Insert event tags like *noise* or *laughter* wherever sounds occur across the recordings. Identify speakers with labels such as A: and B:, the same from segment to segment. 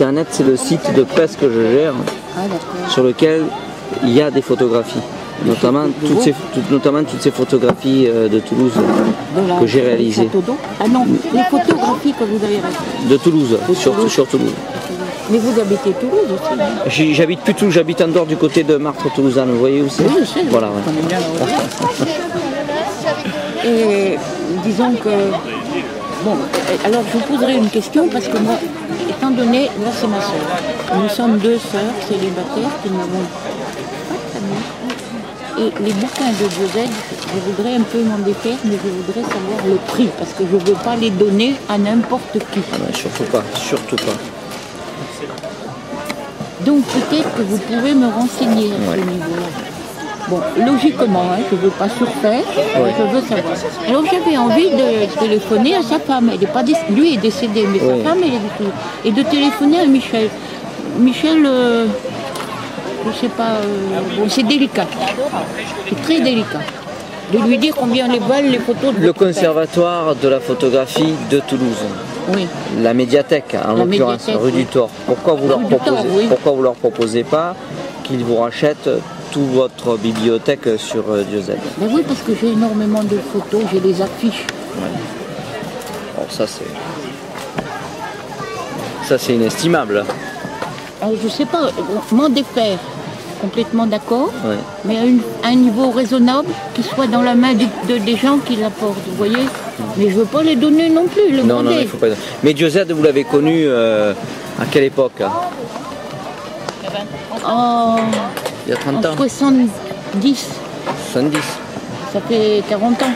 A: Internet, c'est le site de presse que je gère,
B: Ah d'accord.
A: sur lequel il y a des photographies, notamment toutes ces, tout- notamment toutes ces photographies euh, de Toulouse,
B: De la-
A: que j'ai réalisées.
B: du château d'eau. Ah non, les photographies que vous avez réalisées.
A: de Toulouse, surtout sur Toulouse.
B: Mais vous habitez Toulouse aussi. hein
A: J'y- J'habite plus Toulouse, j'habite en dehors du côté de Martre-Toulousaine, vous voyez où c'est
B: Oui, je sais.
A: Voilà,
B: je
A: ouais.
B: connais bien la région. Et disons que. Bon, alors je vous poserai une question parce que moi, étant donné, là c'est ma soeur. Nous sommes deux sœurs célibataires qui n'avons pas de famille. Et les bouquins de Josette, je voudrais un peu m'en défaire, mais je voudrais savoir le prix parce que je ne veux pas les donner à n'importe qui.
A: Ah non, surtout pas, surtout pas.
B: Donc peut-être que vous pouvez me renseigner à ce niveau-là. Bon, logiquement, hein, je ne veux pas surfaire, je veux savoir. Alors j'avais envie de téléphoner à sa femme. Elle est pas déc- Lui est décédé, mais
A: Oui.
B: sa femme, elle est décédée. Et de téléphoner à Michel. Michel, euh, je ne sais pas, euh, bon, c'est délicat. C'est très délicat. De lui dire combien les valent les photos de
A: Le
B: votre père.
A: conservatoire de la photographie de Toulouse,
B: Oui.
A: la médiathèque hein, en
B: La
A: l'occurrence,
B: médiathèque,
A: rue
B: oui.
A: du Thor. Pourquoi vous leur
B: Rue du Thor,
A: proposez,
B: oui.
A: pourquoi vous leur proposez pas qu'ils vous rachètent toute votre bibliothèque sur euh, Dieuzel
B: Ben oui, parce que j'ai énormément de photos, j'ai les affiches.
A: Alors ça c'est. Ça c'est inestimable.
B: Ah, je sais pas, m'en défaire, complètement d'accord,
A: Ouais.
B: mais à, une- à un niveau raisonnable, qui soit dans la main du- de, des gens qui l'apportent, vous voyez Mais je veux pas les donner non plus, les
A: Non, non,
B: demander.
A: il faut pas. Mais Dieuzel, vous l'avez connu euh, à quelle époque hein
B: En,
A: Il y a 30
B: en
A: ans
B: 70,
A: 70.
B: ça fait 40 ans.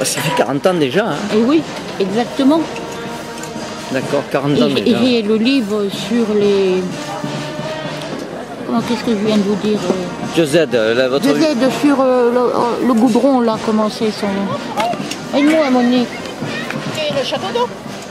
A: Ah, Ça fait 40 ans déjà, hein
B: Et oui, exactement.
A: D'accord, 40 ans
B: Et j'ai- et
A: déjà.
B: j'ai le livre sur les... Comment, qu'est-ce que je viens de vous dire euh,
A: Dieuzel, euh, là, votre.
B: Je l'aide sur euh, le, le goudron, là, comment c'est son nom. Aide-moi, Monique.
C: Et le château d'eau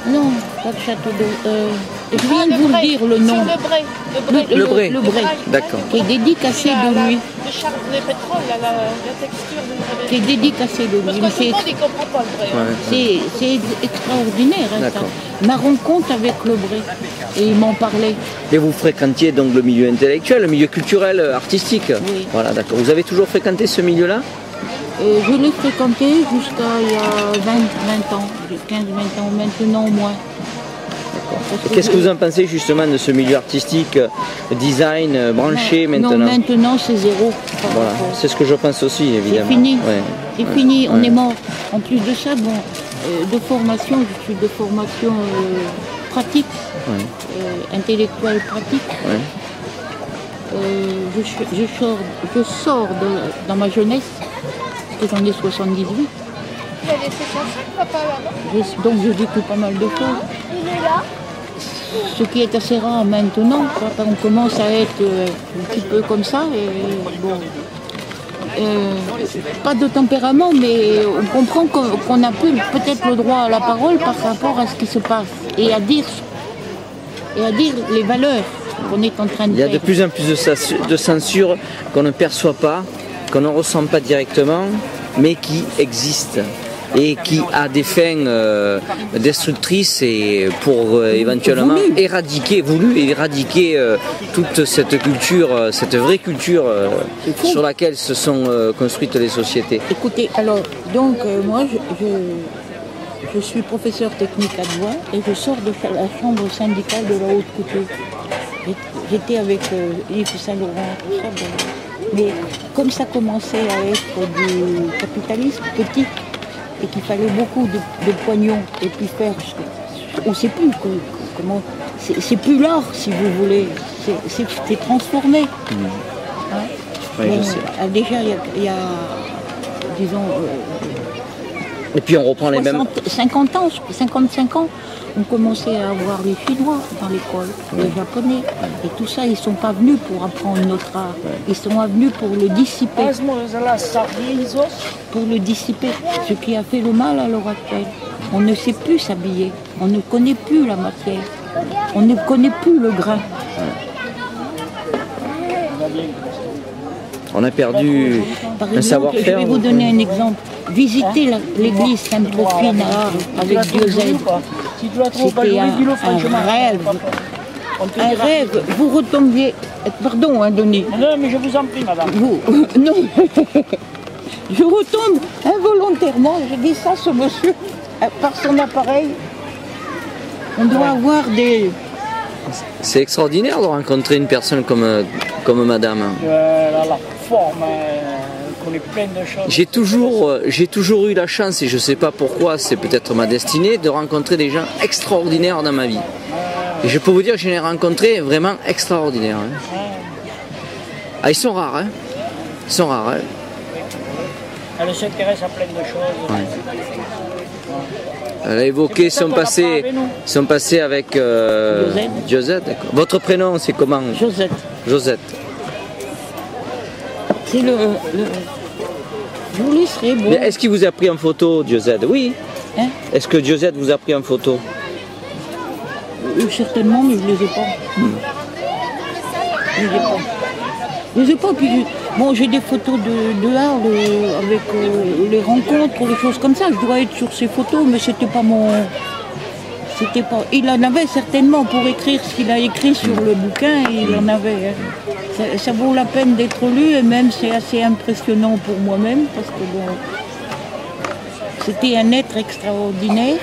B: Non, pas de château d'eau. Euh, je
C: Ah,
B: viens de vous le
C: Bray.
B: dire le
C: C'est
B: nom.
C: Le Bray. Le Bray.
A: Le Bray.
B: Le Bray.
A: D'accord.
B: Qui est dédicacé
C: La-
B: de
C: la-
B: lui.
C: Le char de pétrole, là, la, la texture de la
B: Qui est dédicacé de
C: Parce
B: lui.
C: que
B: Mais
C: tout le
B: c'est-
C: monde ne comprend pas le Bray.
A: Ouais.
B: C'est c'est ex- extraordinaire, hein,
A: D'accord.
B: ça. Ma rencontre avec le Bray. Et il m'en parlait.
A: Et vous fréquentiez donc le milieu intellectuel, le milieu culturel, euh, artistique.
B: Oui.
A: Voilà, d'accord. Vous avez toujours fréquenté ce milieu-là
B: Euh, je l'ai fréquenté jusqu'à il y a 20, 20 ans, 15-20 ans, maintenant au moins. Parce
A: Et Qu'est-ce que
B: je-
A: vous en pensez justement de ce milieu artistique, euh, design, euh, branché
B: non,
A: maintenant
B: Non, maintenant c'est zéro. par
A: Voilà,
B: rapport.
A: c'est ce que je pense aussi,
B: C'est
A: évidemment.
B: fini.
A: Ouais.
B: C'est fini, on
A: Ouais.
B: est mort. En plus de ça, bon, euh, de formation, je suis de formation euh, pratique,
A: Ouais.
B: euh, intellectuelle pratique.
A: Ouais.
B: Euh, je, ch- je sors, je sors de- dans ma jeunesse, parce que j'en ai 78,
C: Il a laissé son sac, papa, là-bas.
B: je- donc je découvre pas mal de choses.
C: Il est là.
B: Ce qui est assez rare maintenant, quand on commence à être euh, un petit peu comme ça, et bon. euh, pas de tempérament, mais on comprend qu'on qu'on n'a plus peut-être le droit à la parole par rapport à ce qui se passe et à dire, et à dire les valeurs qu'on est en train de
A: Il y a de
B: faire.
A: plus en plus de, sa- de censure qu'on ne perçoit pas, qu'on ne ressent pas directement, mais qui existe et qui a des fins euh, destructrices et pour euh, éventuellement
B: Voulu.
A: éradiquer, voulu éradiquer euh, toute cette culture, euh, cette vraie culture euh,
B: fou.
A: sur laquelle se sont euh, construites les sociétés.
B: Écoutez, alors, donc, euh, moi, je, je, je suis professeur technique adjoint et je sors de cha- la chambre syndicale de la haute couture. J'ai- J'étais avec euh, Yves Saint-Laurent, tout ça. bon. Mais comme ça commençait à être du capitalisme petit et qu'il fallait beaucoup de, de poignons et puis faire, ce que- on ne sait plus que- comment. C'est c'est plus l'art, si vous voulez. C'est- C'est c'est transformé. Hein.
A: Oui, je
B: Bon,
A: sais.
B: ah, Déjà, il y a- il y, a, disons,
A: Et puis on reprend
B: euh,
A: les mêmes.
B: 60, 50 ans, je- 55 ans, on commençait à avoir les Chinois dans l'école, les Japonais, et tout ça, ils ne sont pas venus pour apprendre notre art, ils sont venus pour le dissiper, pour le dissiper, ce qui a fait le mal à l'heure actuelle. On ne sait plus s'habiller, on ne connaît plus la matière, on ne connaît plus le grain.
A: On a perdu
B: Par
A: un
B: exemple, je
A: savoir-faire.
B: vais vous hein, donner un exemple. Visiter la- l'église Sainte-Trophine à Arles avec Dieu
D: Si tu la trouves pas
B: C'était
D: jolie,
B: un,
D: dis-le
B: un
D: franchement.
B: rêve.
D: On te
B: Un
D: dira.
B: rêve. Vous retombiez. Pardon, hein, Denis.
D: Non, mais je vous en prie, madame.
B: Vous. euh, Non. *laughs* Je retombe involontairement. Je dis ça, ce monsieur, euh, par son appareil. On doit avoir des.
A: euh, C'est extraordinaire de rencontrer une personne comme, euh, comme madame.
D: Euh, la, la forme, euh, on connaît plein de choses.
A: J'ai toujours, euh, j'ai toujours eu la chance, et je ne sais pas pourquoi, c'est peut-être ma destinée, de rencontrer des gens extraordinaires dans ma vie. Et je peux vous dire que j'en ai rencontré vraiment extraordinaires. hein. Ah, ils sont rares, hein Ils sont rares, hein
D: Elle s'intéresse à plein de choses.
A: Elle a évoqué
D: C'est pour
A: son
D: ça qu'on
A: passé,
D: apprend avec nous.
A: son passé avec euh,
B: Josette.
A: Josette, d'accord. Votre prénom, c'est comment
B: Josette.
A: Josette.
B: C'est le, le- Je vous laisserai. Bon.
A: Mais est-ce qu'il vous a pris en photo, Josette Oui.
B: Hein
A: Est-ce que Josette vous a pris en photo
B: Euh, Certainement, mais je ne les ai pas. Je les ai pas. Je les ai pas. Puis je- Bon, j'ai des photos de, de Arles euh, avec euh, les rencontres, les choses comme ça. Je dois être sur ces photos, mais c'était pas mon. C'était pas. Il en avait certainement pour écrire ce qu'il a écrit sur le bouquin, il en avait. hein. Ça, ça vaut la peine d'être lu et même c'est assez impressionnant pour moi-même parce que bon. C'était un être extraordinaire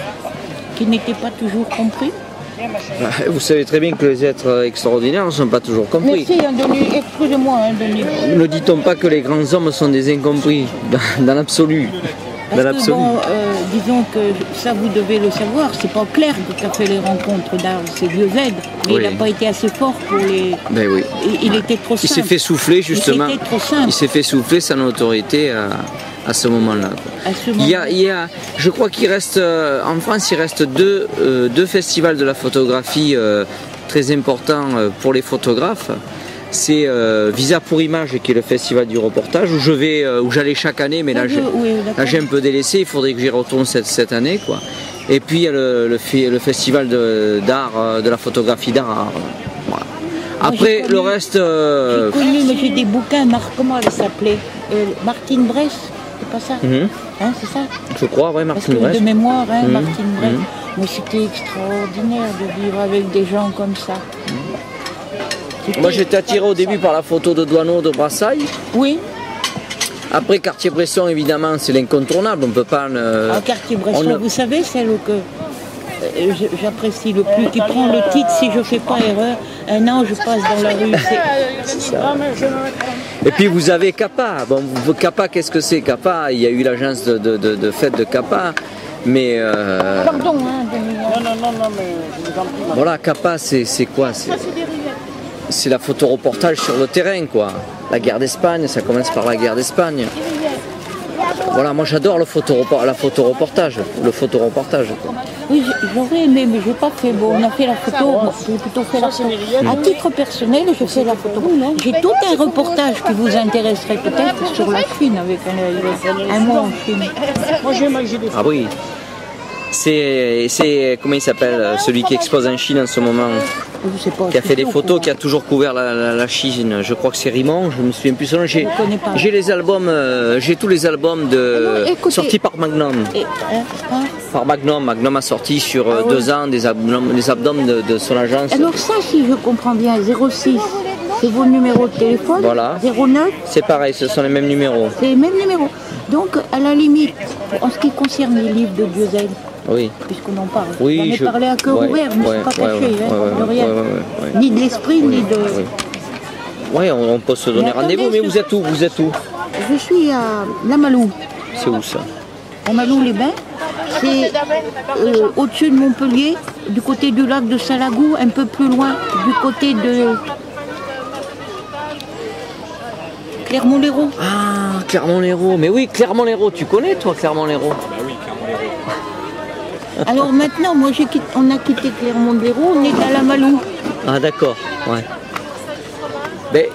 B: qui n'était pas toujours compris.
A: Bah, *laughs* Vous savez très bien que les êtres extraordinaires ne sont pas toujours compris.
B: Merci, hein, Denis. Excusez-moi, hein, Denis.
A: Ne dit-on pas que les grands hommes sont des incompris *laughs* Dans, dans l'absolu. Dans
B: Parce que,
A: l'absolu.
B: bon, euh, disons que ça, vous devez le savoir, c'est pas Clerc qui a fait les rencontres d'Arles, c'est vieux Z. Mais
A: Oui.
B: il n'a pas été assez fort pour les.
A: Ben oui.
B: Il, il était trop
A: Il
B: simple.
A: s'est fait souffler justement.
B: était trop simple.
A: Il s'est fait souffler son autorité à, à ce moment-là. quoi.
B: À ce
A: Il y a,
B: moment-là.
A: il y a- je crois qu'il reste euh, en France, il reste deux, euh, deux festivals de la photographie euh, très importants euh, pour les photographes. C'est euh, Visa pour Images qui est le festival du reportage où je vais, euh, où j'allais chaque année, mais là
B: Oui,
A: j'ai
B: oui, d'accord.
A: là, j'ai un peu délaissé. Il faudrait que j'y retourne cette, cette année, quoi. Et puis il y a le, le, fi- le festival de- d'art, euh, de la photographie d'art. à Arles. Voilà. Après
B: j'ai
A: le
B: connu-
A: reste. euh,
B: J'ai connu, mais j'ai des bouquins, Mar- comment elle s'appelait Euh, Martine Bresse, c'est pas ça
A: Mhm.
B: Hein, c'est ça
A: Je crois, ouais,
B: Parce
A: Martin
B: que de
A: Brest.
B: mémoire, hein,
A: Mhm.
B: Martine Bresse.
A: Mhm.
B: Mais c'était extraordinaire de vivre avec des gens comme ça. C'était-
A: Moi j'étais attiré au début par la photo de Douaneau de Brassailles.
B: Oui,
A: Après Cartier-Bresson, évidemment, c'est l'incontournable. On peut pas. ne-
B: En quartier
A: Euh, on ne-
B: Bresson, vous savez, celle que euh, je- j'apprécie le plus, qui prend le titre, si je fais pas erreur, un an je passe dans la rue. C'est-
D: Non, mais je me réponds.
A: Et puis vous avez Kappa. Bon, vous- Kappa, qu'est-ce que c'est Kappa Il y a eu l'agence de, de, de- de fête de Kappa. Mais euh,
B: Pardon, hein, Denis, hein.
D: Non, non, non, non, mais je vous en prie, madame.
A: voilà, Kappa, c'est c'est quoi C'est-
C: c'est des rillettes.
A: C'est la photoreportage sur le terrain, quoi. La guerre d'Espagne, ça commence par la guerre d'Espagne.
C: Des rillettes.
A: Voilà, moi j'adore le photorepor- la photoreportage. Le photoreportage, quoi.
B: Oui, j- j'aurais aimé, mais j'ai pas fait. Bon, on a fait la photo, moi, j'ai plutôt fait la photo. À titre personnel, je fais la photo. J'ai tout un reportage qui vous intéresserait peut-être sur la Chine avec un, un mot en Chine.
D: Moi, j'ai mangé des
A: Ah oui. C'est, c'est comment il s'appelle euh, celui qui expose en Chine en ce moment,
B: Je sais pas,
A: qui a
B: c'est
A: fait des
B: tout,
A: photos,
B: quoi.
A: qui a toujours couvert la, la- la Chine. Je crois que c'est Rimon. Je me souviens plus son nom. J'ai,
B: Je connais pas.
A: j'ai les albums, euh, j'ai tous les albums
B: Ah
A: de
B: non, écoutez.
A: sortis par Magnum.
B: Et- hein, hein.
A: Par Magnum, Magnum a sorti sur euh,
B: Ah ouais. Eh
A: deux ans des albums, des albums de, de son agence.
B: Alors ça, si je comprends bien, 06, c'est vos numéros de téléphone.
A: Voilà.
B: 09,
A: C'est pareil, ce sont les mêmes numéros.
B: C'est les mêmes numéros. Donc, à la limite, en ce qui concerne les livres de Dieuzel,
A: Oui.
B: puisqu'on en parle,
A: Oui,
B: j'en ai
A: je-
B: parlé à cœur
A: ouais,
B: ouvert, je ne
A: ouais,
B: suis pas
A: ouais,
B: caché,
A: ouais,
B: hein,
A: ouais,
B: de rien.
A: ouais, ouais, ouais.
B: Ni de l'esprit, ni de...
A: Oui. Ouais, on, on peut se donner
B: Mais attendez,
A: rendez-vous. Mais
B: je-
A: vous êtes où Vous êtes où
B: Je suis à Lamalou,
A: C'est où ça
B: à Malou-les-Bains. C'est euh, au-dessus de Montpellier, du côté du lac de Salagou, un peu plus loin, du côté de... Clermont-Lérault.
A: Ah, Clermont-Lérault. Mais oui, Clermont-Lérault. Tu connais, toi, Clermont-Lérault
B: Alors maintenant, moi, j'ai quitt- on a quitté Clermont-Lérault, on est à Lamalou.
A: Ah, d'accord. Ouais. Ben,